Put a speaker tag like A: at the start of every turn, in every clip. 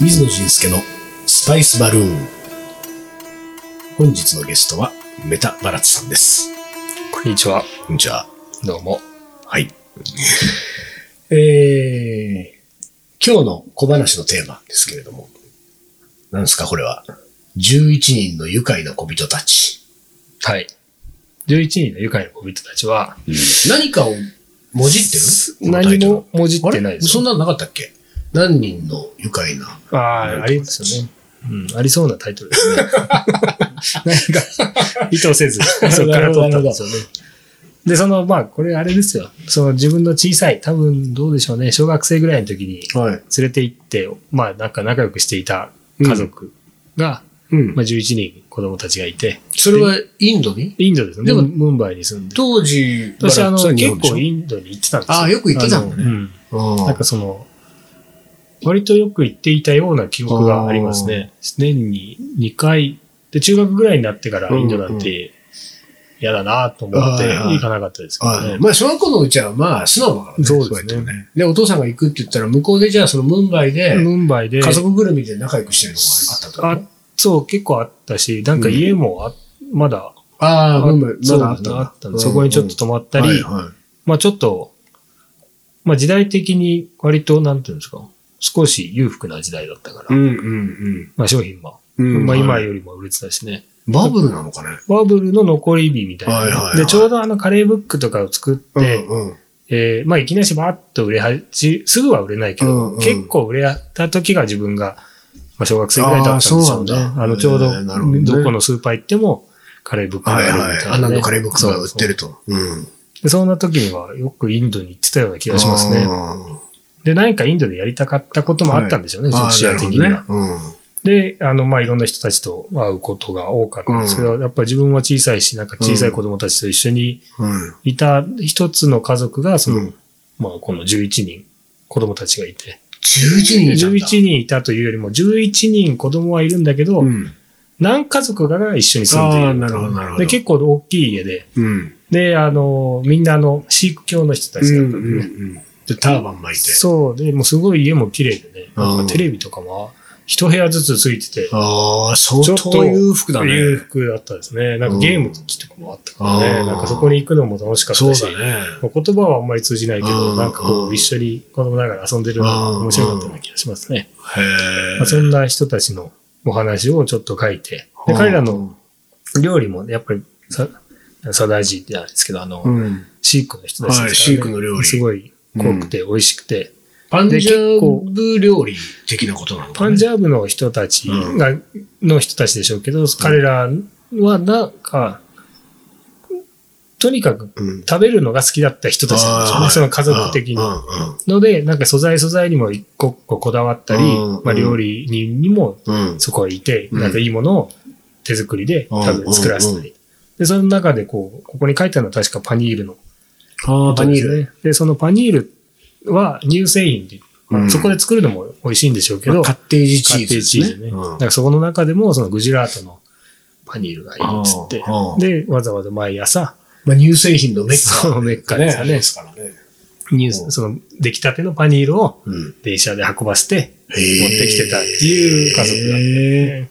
A: 水野仁介のスパイスバルーン。本日のゲストはメタバラツさんです。
B: こんにちは。
A: こんにちは。
B: どうも。
A: はい。えー、今日の小話のテーマですけれども、なんですかこれは。11人の愉快な小人たち。
B: はい。11人の愉快な小人たちは、
A: 何かをもじってるこのタイ
B: 何
A: トル
B: ももじってない
A: あれ
B: です
A: そん
B: よ。
A: なのなかったっけ何人の愉快な。
B: ああ、ありますよね。うん、ありそうなタイトル ですね。何か意図せず、そこから取ったんですよね。で、その、まあ、これあれですよ。その自分の小さい、多分どうでしょうね、小学生ぐらいの時に
A: はい。
B: 連れて行って、まあ、なんか仲良くしていた家族が、
A: うん
B: ま。あ、11人子供たちがいて、
A: それはインドに
B: インドですね。
A: でも
B: ムンバイに住んで。
A: 当時、
B: 私、あの、
A: それは日
B: 結
A: 本でしょ
B: 構インドに行ってたんですよ。
A: ああ、よく行ってたもん
B: あの
A: ね。
B: うん
A: うん
B: なんかその、割とよく行っていたような記憶がありますね。年に2回、で、中学ぐらいになってからインドなんて嫌だなと思って
A: はいはい
B: 行かなかったですけど
A: はい
B: ね。
A: まあ、小学校のうちは、まあ、素直だからね。
B: そうで
A: や
B: すね
A: ってもね。で、お父さんが行くって言ったら、向こうでじゃあ、そのムンバイで、
B: ムンバイで、
A: 家族ぐるみで仲良くしてるのがあったとか
B: あ。そう、結構あったし、なんか家もあ、まだ、
A: ああ、ムンバイ、
B: そ
A: ま
B: う
A: だあ
B: あ
A: っ
B: ったた
A: んだ
B: のあったのそこにちょっと泊まったり、
A: はいはい
B: まあちょっと、まあ時代的に割と、なんていうんですか、少し裕福な時代だったか
A: う
B: ら、
A: んうん
B: まあ商品も、
A: うん。うん
B: まあ今
A: はい
B: よりも売れてたしね。
A: バブルなのかね。
B: バブルの残り火みたいな。
A: はいはいはい
B: で、ちょうどあのカレーブックとかを作って、
A: うんうん。
B: えーまあいきなりバーッと売れ始すぐは売れないけど、
A: うんうん
B: 結構売れた時が自分が、まあ、小学生ぐらいだったんでしょうね。
A: あーそうな
B: あ
A: んだ
B: の、ちょうど、
A: えーなるほどね
B: どこのスーパー行っても、カレーブックがあ
A: は
B: る
A: い
B: みたいな、
A: は
B: ね
A: い。アナのカレーブックが売ってる
B: そう
A: と。うん。
B: そうでそんな時にはよくインドに行ってたような気がしますね。
A: あ
B: で、何かインドでやりたかったこともあったんでしょうね、
A: ーあー、
B: 試
A: な
B: 合
A: るほ
B: 的
A: ど
B: には。
A: ね。うん。
B: で、あの、まあ、いろんな人たちと会うことが多かったんですけど、やっぱり自分は小さいし、なんか小さい子供たちと一緒に
A: うん。
B: いた一つの家族が、その、
A: うん
B: まあ、この11人、子供たちがいて。
A: 11人いたん
B: 11
A: だ。
B: 人いたというよりも、11人子供はいるんだけど、
A: うん。
B: 何家族かが一緒に住んでい
A: あー
B: る。
A: なるほどなるほど
B: で、結構大きい家で、
A: うん。
B: で、あの、みんなあの、シーク教の人た
A: う
B: ちだっ
A: ん
B: たんで、
A: うんうん。で、ターバン巻いて。
B: そう、で、もうすごい家も綺麗でね、
A: うん
B: なんかテレビとかも、一部屋ずつついてて、
A: ああ、相
B: ちょっと
A: 当裕福だね。
B: 裕福だったですね。なんかゲーム機とかもあったからね、
A: うん
B: なんかそこに行くのも楽しかっ
A: そう
B: たし、
A: だね。
B: まあ言葉はあんまり通じないけど、
A: うん
B: なんかこ
A: う
B: うん一緒に子供ながら遊んでるのが面白かったような気がしますね。
A: へ
B: まあ、そんな人たちのお話をちょっと書いて、で彼らの料理もやっぱりさ、サダージじゃないですけど、あの、
A: うん、
B: シークの人たちですから
A: はいシークの料理
B: すごい濃くて美味しくて、
A: パンジャ
B: 結構
A: ブ料理的なことなのか
B: パンジャーブの人たちが、の人たちでしょうけど、彼らはなんか、とにかく
A: ャブ
B: 食べるのが好きだった人たちなんでしょうね、その家族的に。ので、なんか素材素材にも一個一個こだわったり、
A: うん
B: まあ、
A: うん
B: 料理人にも
A: うん。
B: そこはいて、
A: うん
B: なんかいいものを手作りで多
A: うん
B: 分作らせたり。で、その中でこう、ここに書いてあるのは確かパニールの
A: ああ、パニール。
B: ね。で、そのパニールは乳製品で、まあ
A: うん
B: そこで作るのも美味しいんでしょうけ
A: ま
B: ど、
A: あカッテージチ
B: カ
A: ー
B: ッテージチ
A: ズ
B: ー
A: です
B: ズね。
A: ね。
B: だからそこの中でもそのグジラートのパニールがいいっつって
A: うんうん、
B: で、わざわざ毎朝、
A: まあ、乳製品のメッカ。
B: そうメッカですよね
A: ですからね。
B: ニュー
A: う
B: ス
A: ん
B: その出来たてのパニールを
A: うん。
B: 電車で運ばせて、
A: 持って
B: てきてたっていう家族だった
A: だ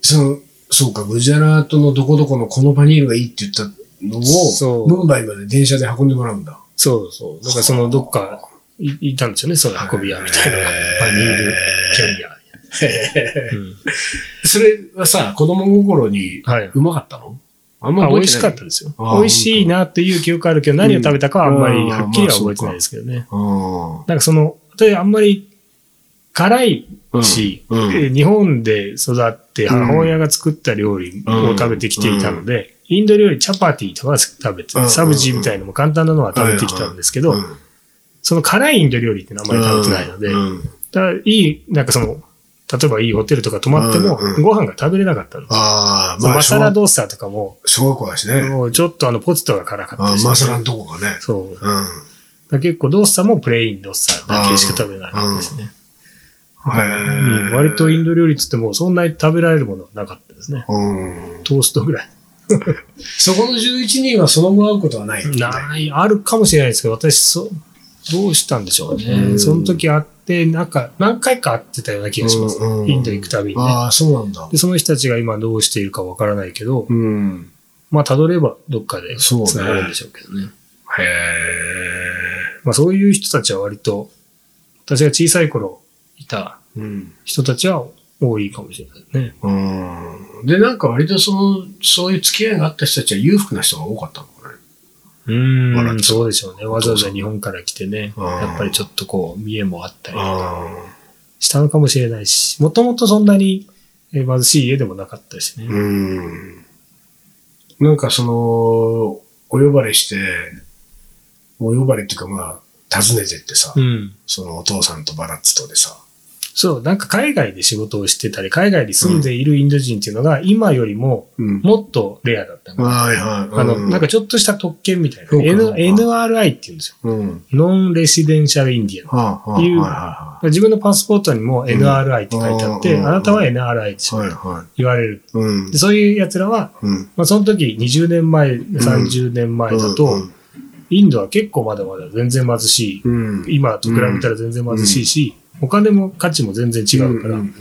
A: その、そうか、グジャラートのどこどこのこのパニールがいいって言ったのを、
B: そう
A: ムンバイまで電車で運んでもらうんだ。
B: そうそう。だからそのどっかいいたんですよね、その運び屋みたいな。パニールキャリア。うん
A: それはさ、子供心に
B: はいう
A: まかったのあん
B: まあ、美
A: 覚え
B: 味
A: て
B: し
A: な
B: か
A: い
B: ったですよ。
A: あー
B: 美味しいなっていう記憶あるけど、何を食べたかはあんまりはっきりは覚えてないですけどね。
A: う
B: なんかその、私あんまり辛い
A: ん
B: し、
A: うんうん
B: えー日本で育って
A: うん
B: 母親が作った料理を食べてきていたので、インド料理チャパティとか食べて
A: うん、
B: サブジみたいなのも簡単なのは食べてきたんですけど、
A: うん
B: その辛いインド料理ってのはあんまり食べてないので、
A: うん
B: だからいい、なんかその、例えばいいホテルとか泊まっても
A: うんう、ん
B: ご飯が食べれなかったの。
A: ああ、
B: その
A: まあ、
B: マサラ
A: 小
B: ドーサーとかも、
A: 小学校だしね。
B: もうちょっとあの、ポテトが辛かった
A: あ
B: し
A: ーマサラのとこがね。
B: そう。だか
A: うん。
B: ら結構ドーサもプレインドーサーだけしか食べないんですね。う
A: へ
B: ん
A: え。
B: 割とインド料理っつっても、そんなに食べられるものはなかったですね。
A: うん。
B: トーストぐらい。
A: そこの11人はその後会うことはない。
B: ない、あるかもしれないですけど、私、そう、どうしたんでしょう
A: う
B: ね。
A: ん
B: その時あっで、なんか、何回か会ってたような気がします。
A: うんうん
B: インド行くたびにね。
A: ああ、そうなんだ。
B: で、その人たちが今どうしているかわからないけど、
A: うん。
B: まあ、辿ればどっかで
A: そうね
B: 繋がるんでしょうけどね。
A: へえ。
B: まあ、そういう人たちは割と、私が小さい頃いた
A: うん。
B: 人たちは多いかもしれないね。
A: うん。で、なんか割とその、そういう付き合いがあった人たちは裕福な人が多かったのかね。
B: う
A: 笑っ
B: ん、
A: てた
B: そうでしょうね。わざわざ日本から来てね、
A: うん
B: やっぱりちょっとこう、見栄もあったり
A: ああ。
B: したのかもしれないし、もともとそんなにえー貧しい家でもなかったしね。
A: うん。なんかその、お呼ばれして、お呼ばれっていうかまあ、訪ねてってさ、
B: うん。
A: そのお父さんとバラッツとでさ、
B: そう、なんか海外で仕事をしてたり、海外に住んでいるインド人っていうのが、今よりも
A: うん。
B: もっとレアだったの。
A: はいはい。
B: あの、なん
A: か、
B: かちょっとした特権みたい
A: そう
B: な。
A: かそうか
B: N NRI っていうんですよ。
A: うん。
B: ノンレシデンシャルインディアン。
A: はあ、はあ、
B: いう
A: は
B: 自分のパスポートにも NRI って書いてあって、
A: うん
B: あなたは NRI って
A: いはい。はいはい。
B: 言われる。
A: うん
B: で。そういう奴らは、
A: うん。
B: まあ、その時20年前、30年前だと、
A: うん
B: インドは結構まだまだ全然貧しい。
A: うん。
B: 今と比べたら全然貧しいし、お金も価値も全然違うから、
A: んん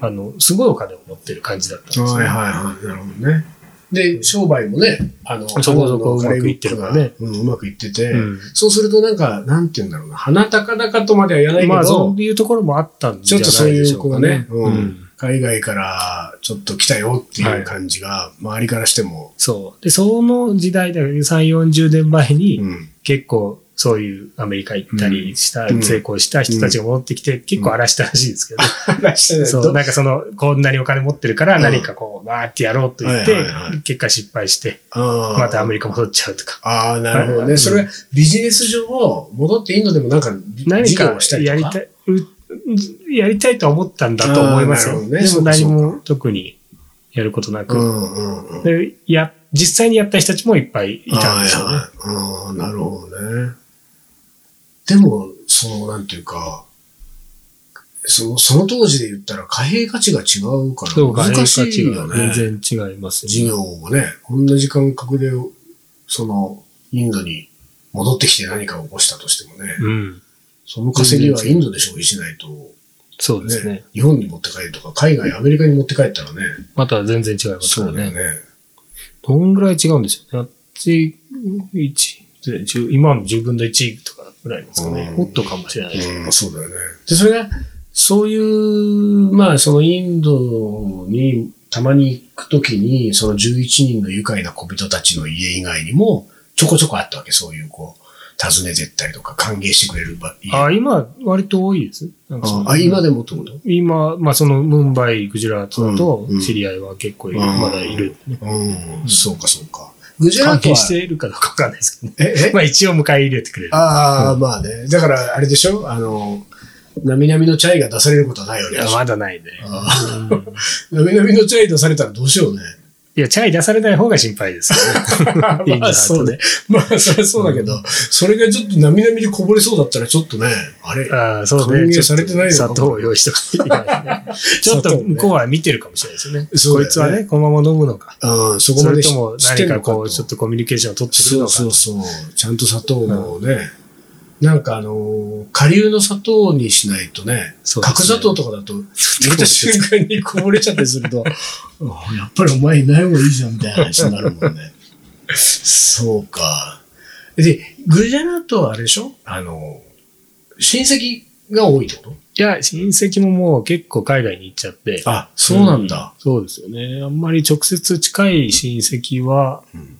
B: あの、すごいお金を持ってる感じだったんです
A: うん
B: よ
A: はいはいはい。なるほどね。で、商売もね、あの、
B: そこそこうまくいってるからね
A: うん。うまくいってて、
B: うん
A: そうするとなんか、なんて言うんだろうな、鼻高々とまでは言わないけど、
B: まあ、そういうところもあったん
A: ち
B: じ
A: ょっ
B: ゃな
A: とそう
B: いで
A: い
B: し
A: う、
B: ょう
A: こ
B: か
A: う
B: ね
A: ね。、うん
B: うん
A: 海外からちょっと来たよっていう感じが、周りからしても、
B: そう。で、その時代だよね、3、40年前
A: う
B: に、
A: ん。
B: 結構、そういうアメリカ行ったりした、
A: うん
B: 成功した人たちが戻ってきて、結構荒らしたらしいですけど、
A: 話してない
B: そう、なんかその、こんなにお金持ってるから、何かこう、わーってやろうと言って
A: はいはいは、
B: 結果失敗して、ま
A: ま
B: たアメ
A: リ
B: リカ戻っちゃうとか。
A: カ。ああ、なるほど
B: う
A: ね。
B: ん
A: それはビジネス上、戻ってインドでもなんか、
B: 何
A: 事業
B: か
A: をしたりと
B: や
A: か。
B: りたい、うやりたいと思ったんだと思います
A: あ
B: よ。
A: ーなる
B: で
A: ほ
B: も
A: どね
B: 何
A: そうかそ
B: も特にやることな
A: う
B: く。
A: んうんうん。
B: でや、実際にやった人たちもいっぱいいたんでしょうね。
A: はいはいああ、なるほどね。でも、その、なんていうか、その、その当時で言ったら貨幣価値が違うか
B: そう
A: ら、
B: か、
A: 難しいよ
B: 変化値が
A: ね。
B: 全然違います
A: 事
B: よね。
A: 業もね、同じ感覚で、その、インドに戻ってきて何かを起こしたとしてもね、
B: うん。
A: その稼ぎはインドで消費しないと、
B: そうです
A: ね
B: ね。、
A: 日本に持って帰るとか、海外、アメリカに持って帰ったらね、
B: また全然違います
A: そ
B: よ
A: うだよ
B: ね。
A: ね。
B: どんぐらい違うんでしょうね。あっち、1、10今の10分の1とかぐらいですかね
A: う。ん
B: もっとかもしれないです。
A: うん、そうだよね。で、それが、そういう、まあ、そのインドにたまに行くときに、その11人の愉快な小人たちの家以外にも、ちょこちょこあったわけ、そういう、こう、訪ねてったりとか、歓迎してくれる場家。
B: あ、今、割と多いです。なんかその
A: あ、今でもってこと
B: 今、まあ、その、ムンバイ、グジュラートだと
A: うんう、ん
B: 知り合いは結構いる、
A: うん
B: まだいる。
A: うん、そうか、そうか。グジュラー
B: 関
A: ト
B: 係
A: は
B: し、ているかどうかわかんないですけどね。
A: え、え、
B: まあ、一応迎え入れてくれる。
A: ああ、まあね。だから、あれでしょあの、なみなみのチャイが出されることはないわ
B: い
A: けで
B: や、
A: しょ
B: まだないね。
A: あ
B: うん
A: ーなみなみのチャイ出されたらどうしようね。
B: いや、チャイ出されない方が心配ですよね。いい
A: ま
B: な
A: あそう ね。まあそりゃそうだけど、それがちょっとなみなみにこぼれそうだったらちょっとね、あれ、
B: ああ、そう
A: 歓
B: ね。
A: 迎されてないのか
B: ちょっと砂糖を用意しておかないといけないですねちょっ
A: 砂
B: と
A: 糖ね
B: 向こうは見てるかもしれないですよね。
A: そうだよね
B: こいつはね、このまま飲むのか。
A: うん、そこ
B: そ
A: ま
B: れ
A: で
B: とも
A: し
B: 何
A: てん
B: か
A: のか
B: ことう、ちょっとコミュニケーションを取ってくる
A: そ
B: の
A: う
B: か。
A: そうそう。ちゃんと砂糖もね、なんかあのー、下流の砂糖にしないとね、
B: そうですね
A: 角砂糖とかだと、入れた瞬間にこぼれちゃったりすると、 あやっぱりお前いない方がいいじゃんみたいな話になるもん ね。そうか。で、グジャラートはあれでしょあのー、親戚が多いってこと
B: いや、親戚ももう結構海外に行っちゃって。
A: あ、そうなんだ。
B: うんそうですよね。あんまり直接近い親戚は
A: うん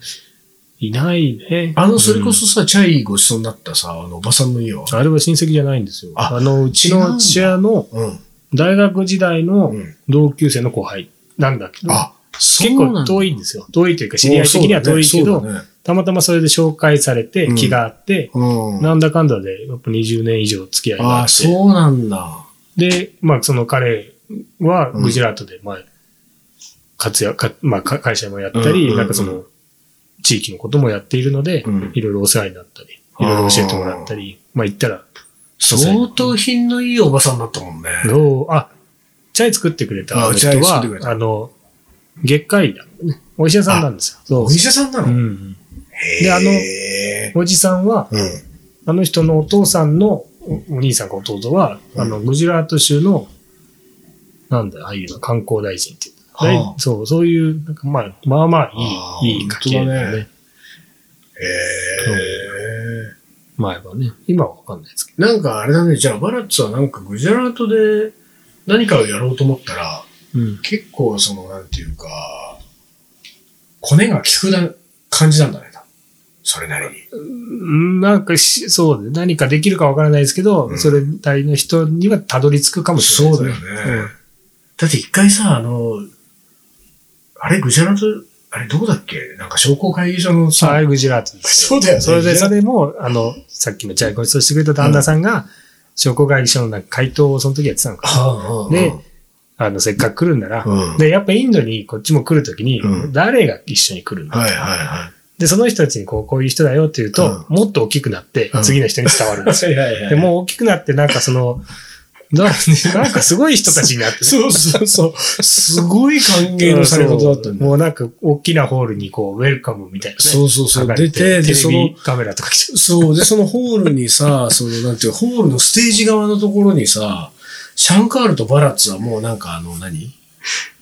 B: いないね。
A: あの、それこそさ、チャイごちそうになったさ、あの、おばさんの家は。
B: うん。あれは親戚じゃないんですよ。
A: あ
B: あの、うち
A: 違うんだ
B: の父親の
A: うん。
B: 大学時代の
A: うん
B: 同級生の後輩なんだけど、
A: あ、
B: 結構遠
A: い。
B: いんですよ。遠いというか、知り合い的には遠いけど、
A: そうだね
B: たまたまそれで紹介されて
A: うん、
B: 気があって、
A: そうだね
B: なんだかんだで、やっぱ20年以上付き合い
A: うん。
B: があ
A: あ、
B: って、
A: そうなんだ。
B: で、まあ、その彼はグジュラートで、まあ、活躍、かまあ、か会社もやった
A: うんうんう
B: り、
A: ん
B: なんかその、地域のこともやっているので
A: うん、
B: いろいろお世話になったり、いろいろ教えてもらったり、まあ、行ったら、
A: 相当品のいいおばさんになったもんね。
B: どう、あ、チャイ作ってくれた
A: あ
B: 人
A: チャイ作ってくれ
B: は、
A: た
B: あの、月会だ、ね。お医者さんなんですよ。そう
A: お医者さんな
B: う
A: の
B: ん
A: へー
B: であのおじさんは、
A: うん。
B: あの人のお父さんのおお兄さんか弟は、
A: うん
B: あの、グジュラート州の、なんだ、ああいうの、観光大臣っていう。
A: はあ
B: そう、そういう、なんかまあ、まあまあ
A: ああ
B: いい、いい家系
A: 本当
B: だ
A: だ
B: ね。
A: ねえ
B: 前はね。今はわかんないですけ
A: ー、なんかあれだね、じゃあバラッツはなんかグジャラートで何かをやろうと思ったら、
B: ど。うん。
A: 結構その、なんていうか、コネが利くな感じなんだね。それなりに。
B: うんなんかし、そうね何かできるかわからないですけど、
A: うん
B: それなりの人にはたどり着くかもしれないですね。うん
A: だって一回さ、あの、あれ、グジャラート、あれどこだっけなんか商工会議所の
B: さあ、あ
A: さ、
B: れグジュラートです
A: そうだよね
B: それ
A: グ
B: で、
A: ジュラ
B: それも、あの、さっきのじゃあごちそうしてくれた旦那さんが、商工会議所のなんか回答をその時やってたのか。
A: あ
B: であの、せっかく来るんなら、
A: うん
B: で、やっぱインドにこっちも来るときに、
A: うん
B: 誰が一緒に来るんだ、
A: はいはいはい。
B: で、その人たちにこう、こういう人だよって言うと、もっと大きくなって
A: う、ん
B: 次の人に伝わるん ですよ。
A: はいはいは
B: で、もう大きくなって、なんかその、ななんかすごい人たちになってね、
A: そうそうそう。 すごい歓迎のされ方だったんだ
B: もうなんか大きなホールにこう、ウェルカムみたいな、ね。
A: そうそうそう
B: 上がって
A: 出てで
B: テレ
A: その
B: ビカメラとか来て。
A: そう。で、そのホールに さ、その、なんていう、ホールのステージ側のところにさ、シャンカールとバラッツはもうなんかあの何、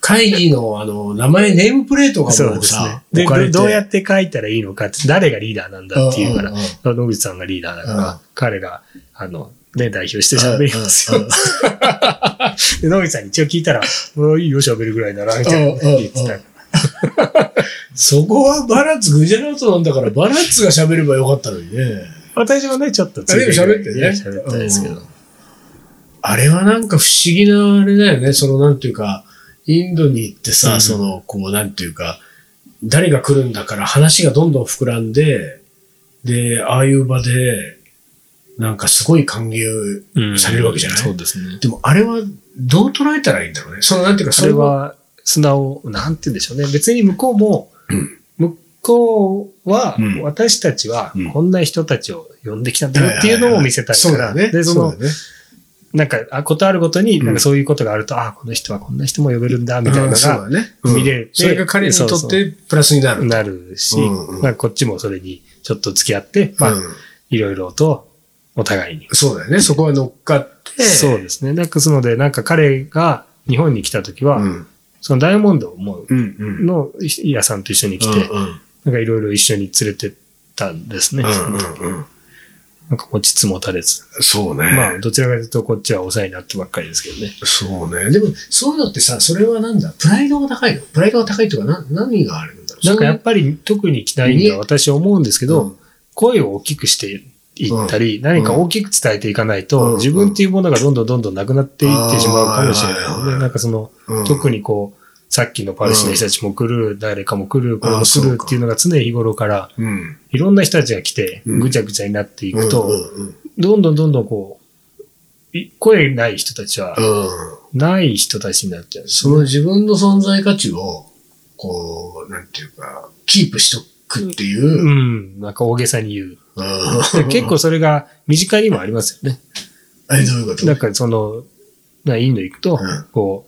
A: 会議のあの、名前、ネームプレートが
B: そ
A: も
B: う
A: う
B: ですね
A: さ、。
B: で、
A: 置かれて
B: どどうやって書いたらいいのかって、誰がリーダーなんだっていうから
A: うんうんうん、
B: 野口さんがリーダーだか
A: うん
B: ら、彼が、あの、ね、代表して喋りますよ。で、野口さんに一応聞いた ら、もういいよ、喋るぐらいなら、みたいなこと言ってたか ら。
A: そこはバラッツ、グジャラートなんだから、バラッツが喋ればよかったのにね。
B: 私もね、ちょっと
A: あ
B: つい
A: でも
B: てきて
A: 喋ってね。
B: 喋ったんですけど。
A: あれはなんか不思議なあれだよね。そのなんていうか、インドに行ってさ、
B: うん
A: その、こうなんていうか、誰が来るんだから話がどんどん膨らんで、で、ああいう場で、なんかすごい歓迎。
B: うん
A: されるわけじゃない
B: そうですね。
A: でもあれはどう捉えたらいいんだろうね。そのなんていうか、
B: それ、は、素直、なんて言うんでしょうね。別に向こうも、向こうは
A: う、ん
B: 私たちは
A: うん、
B: こんな人たちを呼んできたんだよっていうのを見せたい
A: そう
B: から。
A: だね。
B: で、その
A: う、だね
B: なんか、あことあるごとに、
A: うん
B: なんかそういうことがあると、ああ、この人はこんな人も呼べるんだ、みたいなの
A: うんそう
B: が
A: だね。
B: 見れ
A: うん
B: て
A: それが彼にと
B: そ
A: っ
B: うそ
A: てプラスになる。
B: なるし、
A: うんうん
B: まあこっちもそれにちょっと付き合って、ま
A: う
B: あ、
A: ん
B: いろいろとお互いに。
A: そうだよね。そこは乗っかって。
B: そうですね。なんか、そので、なんか彼が日本に来た時
A: う
B: は、
A: ん。
B: そのダイヤモンドをもう、
A: うんうん。
B: のい屋さんと一緒に来て、
A: うんうん
B: なんかいろいろ一緒に連れてったんですね。
A: うんうんうん。
B: なんか持ちつ持たれず。
A: そうね。
B: まあ、どちらかというとこっちは抑えになってばっかりですけどね。
A: そうね。でも、そういうのってさ、それはなんだプライドが高いのプライドが高いというか、な何があるんだろう
B: なんかやっぱり特に着ないんだ
A: ね
B: 私は思うんですけ
A: う
B: ど
A: ん、
B: 声を大きくしていったり、何か大きく伝えていかない
A: うん
B: と、自分っていうものがどんどんどんどんなくなっていってしまうかもしれ
A: あーはいは
B: ない
A: いは
B: ね。
A: い
B: なんかその
A: うん、
B: 特にこう、さっきのパレスチナの人たちも来る、誰かも来る、これも来
A: あーそう
B: る
A: か
B: っていうのが常日頃から、
A: うん。
B: いろんな人たちが来て、
A: うん
B: ぐちゃぐちゃになってい
A: うん
B: く
A: う
B: と、
A: んうん
B: どんどんどんどんこう、い声ない人たちは、
A: うん
B: ない人たちになっちゃうんです
A: その自分の存在価値を、こう、なんていうか、キープしとくっていうう。
B: ん、なんか大げさに言う。
A: うん
B: 結、構それが身近にもありますよね。
A: え、どういうこと
B: なんかその、なインド行く
A: う
B: と、
A: ん
B: こ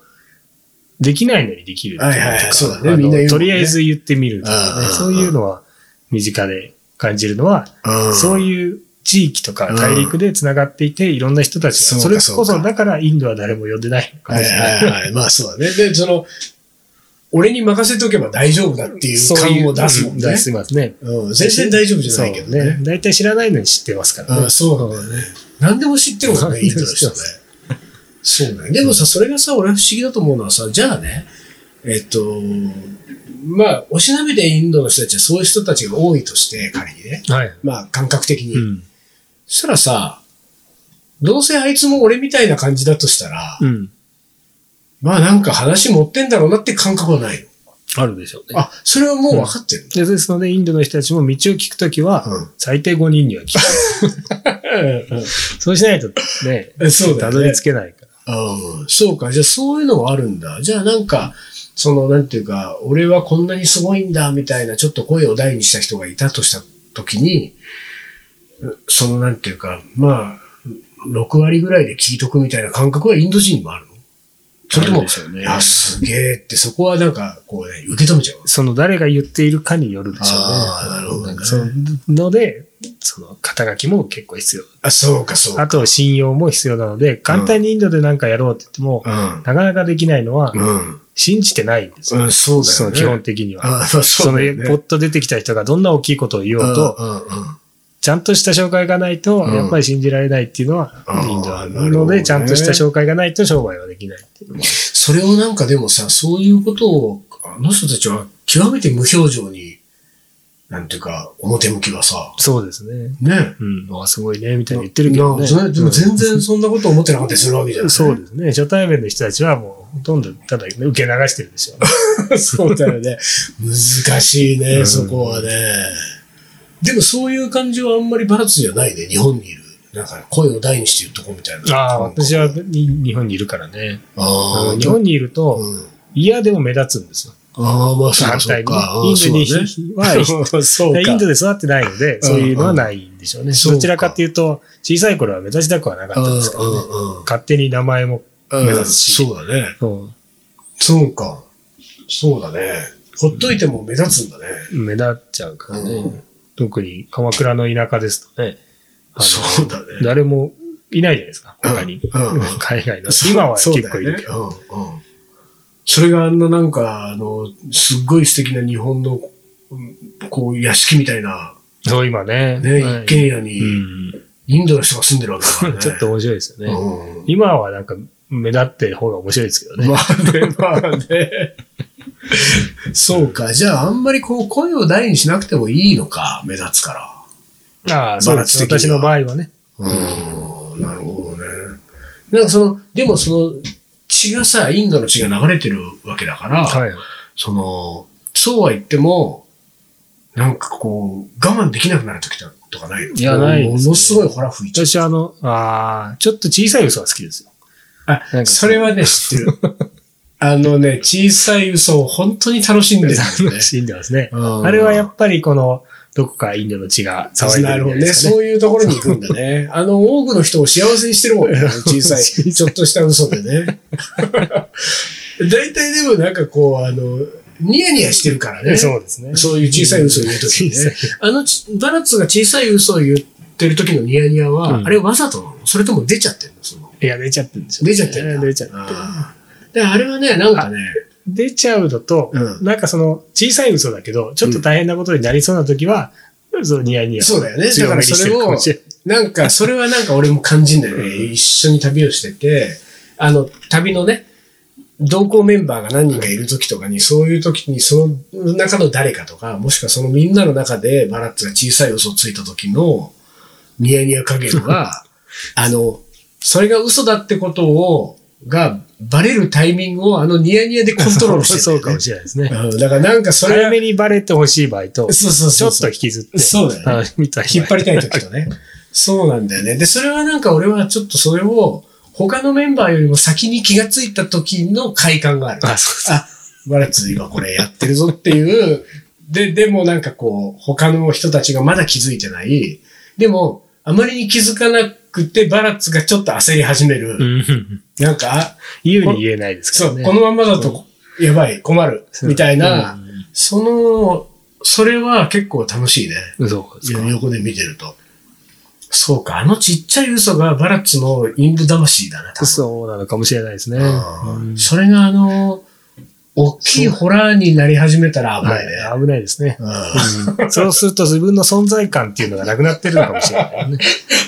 B: う、できないのにできるっていうのとか
A: はいはいはいそうだね
B: あの
A: みんな言うもんね
B: とりあえず言ってみるとかね、
A: うん
B: そういうのは身近で感じるのは、そ
A: う
B: ういう地域とか大陸で繋がっていて、いろんな人たちが、
A: そ
B: そうれ
A: か
B: こ
A: そう
B: そ
A: か
B: だからインドは誰も呼んでないのか
A: は
B: も
A: い
B: しれ
A: は
B: ない
A: いはい。まあそうだね。で、その、俺に任せとけば大丈夫だっていう
B: そういう
A: 感を出すもん
B: う
A: ね
B: 出。しますね。
A: うん全然大丈夫じゃないけど
B: そう
A: ね。
B: 大体知らないのに知ってますから
A: あ
B: ね。
A: そうなんだよね。何でも知ってるもんね、インドの人ね。そうね。でもさ、それがさ、俺は不思議だと思うのはさ、じゃあね、えっと、まあ、おしなべでインドの人たちはそういう人たちが多いとして、仮にね。
B: はい。
A: まあ、感覚的に。
B: うん。
A: そしたらさ、どうせあいつも俺みたいな感じだとしたら、
B: うん。
A: まあなんか話持ってんだろうなって感覚はないの。
B: あるでしょうね。
A: あ、それはもう分かってるんだ。
B: でですので、インドの人たちも道を聞くときは、
A: うん
B: 最低5人には聞 く。そうしないとね、
A: えそうだ
B: た
A: よね
B: どり着けないから。
A: うんそうか。じゃあそういうのがあるんだ。じゃあなんか、その、なんていうか、俺はこんなにすごいんだ、みたいな、ちょっと声を大にした人がいたとしたときに、うその、なんていうか、まあ、6割ぐらいで聞いとくみたいな感覚はインド人にもあるのそれと
B: ある
A: も、
B: でしょうね
A: いや、すげえって、そこはなんか、こうね、受け止めちゃう。
B: その誰が言っているかによるでしょうね。
A: あーなるほどね
B: んかそのので、その肩書きも結構必要。
A: あ、そうか、そう
B: あ
A: か。
B: と信用も必要なので、簡単にインドで何かやろうって言っても、
A: うん。
B: なかなかできないのは、
A: うん。
B: 信じてないんですよ。
A: うん、そうだ
B: そ
A: よ
B: の
A: ね。
B: 基本的には。
A: あそう
B: その
A: だ
B: え
A: よね
B: ポッと出てきた人がどんな大きいことを言おうと、
A: うんうんうん
B: ちゃんとした紹介がないと、
A: うん
B: やっぱり信じられないっていうのは、
A: あー
B: インドはある
A: なるほ
B: の
A: どね
B: で、ちゃんとした紹介がないと商売はできないっていうのも
A: それをなんかでもさ、そういうことを、あの人たちは極めて無表情に、なんていうか、表向きがさ、
B: そうですね。
A: ね。
B: うん、あすごいね、みたいに言ってるけどね。
A: ななでも全
B: う
A: 然
B: ん
A: そんなこと思ってなかったりするわけじゃない。
B: そうですね。初対面の人たちはもうほとんどただ受け流してるでしょう ね。
A: そうだよね。難しいね、
B: うん
A: そこはね。でもそういう感じはあんまりバラツじゃないね、日本にいる。なんか声を大にして言っとこうみたいな。
B: ああ、私はに日本にいるからね。
A: あ
B: あ
A: ー
B: の日本にいると、
A: うん
B: 嫌でも目立つんですよ。
A: あー、まあそう
B: 反
A: かそう
B: 対に
A: か。。
B: インドにひ
A: あ
B: ひは、
A: ーそうだね そうか。
B: インドで育ってないので、そういうのはないんでしょうね。
A: そうか
B: どちらかっていうと、小さい頃は目立ちたくはなかったですけどね。
A: うんうんうん
B: 勝手に名前も。目立つし
A: うんそうだね。
B: うん
A: そうか。そうだね。ほっといても目立つんだね。
B: 目立っちゃうからね。
A: うん
B: 特に鎌倉の田舎ですとね。あの
A: そうだね。
B: 誰もいないじゃないですか、他に。
A: うんうん
B: 海外の。今は
A: そう
B: 結構いるけど。
A: そうだよねうんうんそれがあんななんか、あの、すっごい素敵な日本の、うんこう、屋敷みたいな、
B: そう、今ね。
A: ね、
B: は
A: 一
B: い
A: 軒家に、
B: うん
A: インドの人が住んでるわけだからね。
B: ちょっと面白いですよね。
A: うん
B: 今はなんか目立ってる方が面白いですけどね。
A: まあね、まあね。そうか。じゃあ、あんまりこう、声を大にしなくてもいいのか、目立つから。
B: ああ、
A: バ
B: そうです。
A: ランス的には
B: 私の場合はね。
A: うん、なるほどね。なんかその、でもその、血がさ、インドの血が流れてるわけだから、
B: はい。
A: その、そうは言っても、なんかこう、我慢できなくなる時とかないの
B: いやないですね
A: ものすごい腹吹いちゃう。
B: 私あの、ああ、ちょっと小さい嘘が好きですよ。
A: あ
B: なんか
A: それはね、知ってる。 あのね、小さい嘘を本当に楽しんでる んだね
B: 楽。しん でますね。
A: あ
B: あれはやっぱりこの、どこかインドの血が騒いで
A: な
B: る
A: るほど
B: んじゃないで
A: ね。
B: すかね。
A: そういうところに行くんだ ね。あの、多くの人を幸せにしてるもんね。あの小さい、ちょっとした嘘で ね。大体でもなんかこう、あの、ニヤニヤしてるからね。
B: そうですね。
A: そういう小さい嘘を言うときにね
B: 小さい。
A: あのち、バラッツが小さい嘘を言ってる時のニヤニヤは、
B: うん
A: あれわざとなのそれとも出ちゃってるのその
B: いや、出ちゃってるんですよ。
A: 出ちゃってるんだ。
B: 出ちゃってる。
A: あーであれはね、なんかね、
B: 出ちゃうのと、
A: うん
B: なんかその、小さい嘘だけど、ちょっと大変なことになりそうな時は、そう、ニヤニヤ。
A: そうだよね。だ
B: 強
A: から
B: めに
A: そ
B: して
A: れ
B: るか
A: を
B: もしれない。
A: なんか、それはなんか俺も感じんだよね。一緒に旅をしてて、あの、旅のね、同行メンバーが何人かいる時とかに、そういう時に、その中の誰かとか、もしくはそのみんなの中でバラッツが小さい嘘をついた時のニヤニヤ加減 は、あの、それが嘘だってことを、が、バレるタイミングをあのニヤニヤでコントロールして
B: そうか
A: る、
B: も
A: ね。
B: しれないですね。
A: うんだからなんかそれ
B: 早めにバレてほしい場合と、
A: そうそう
B: ち
A: そ
B: ょ
A: う
B: っと引きずって、
A: そうだよね
B: あみたいな。
A: 引っ張りたい時とね。そうなんだよね。で、それはなんか俺はちょっとそれを他のメンバーよりも先に気がついた時の快感がある。
B: あ、そうそう。
A: あ、バラッツ今これやってるぞっていう。で、でもなんかこう、他の人たちがまだ気づいてない。でも、あまりに気づかなくて、バラッツがちょっと焦り始める。
B: うん
A: なんか、あ
B: 言うに言えないですか
A: そ
B: ら
A: う、
B: ね。
A: このままだと、やばい、困る、みたいな、その、それは結構楽しいね。
B: うん。そうですか。
A: 横で見てると。そうか、あのちっちゃい嘘がバラッツのインド魂だな、多分
B: そうなのかもしれないですね。
A: うん
B: うん
A: それがあの、大きいホラーになり始めたら危
B: は
A: ない
B: い
A: ね。
B: 危ないですね。
A: うん
B: うんそうすると自分の存在感っていうのがなくなってるのかもしれない ね。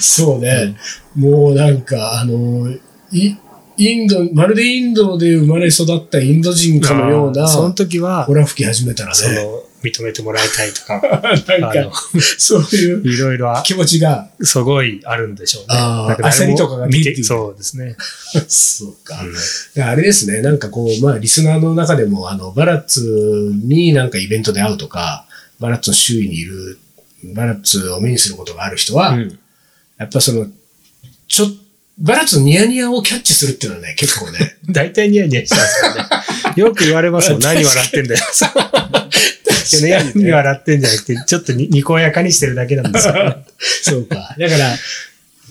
A: そうね、もうなんか、あの、いインド、まるでインドで生まれ育ったインド人かのような、
B: その時は
A: ホ、ラー吹き始めたら
B: そ
A: ね、
B: の、認めてもらいたいと
A: な
B: か、
A: ん
B: あの
A: か、そういう
B: いろいろあ
A: 気持ちが、
B: すごいあるんでしょうね。
A: あー
B: なん誰
A: 焦
B: も
A: りとかが出
B: 見
A: てく
B: て、
A: る
B: そうですね。
A: そうか。であれですね、なんかこう、まあ、リスナーの中でも、あの、バラッツになんかイベントで会うとか、バラッツの周囲にいる、バラッツを目にすることがある人は、
B: うん
A: やっぱその、ちょ、バラッツのニヤニヤをキャッチするっていうのはね、結構 ね、
B: 大体ニヤニヤしちゃうんですよね。よく言わ れますもん。何笑ってんだよ。いや 何笑ってんじゃなくて、ちょっとににこやかにしてるだけなんですよね。
A: そうか。だから、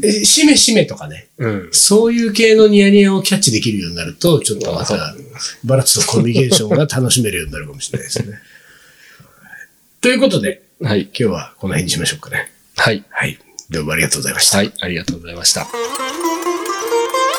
A: え、しめしめとかね。
B: うん。
A: そういう系のニヤニヤをキャッチできるようになると、ちょっとま
B: わ
A: た、バラッツとコミュニケーションが楽しめるようになるかもしれないです ね。ということで、
B: はい。
A: 今日はこの辺にしましょうかね。
B: はい。
A: はい。どうもありがとうございました。
B: はい。ありがとうございました。
C: Thank you.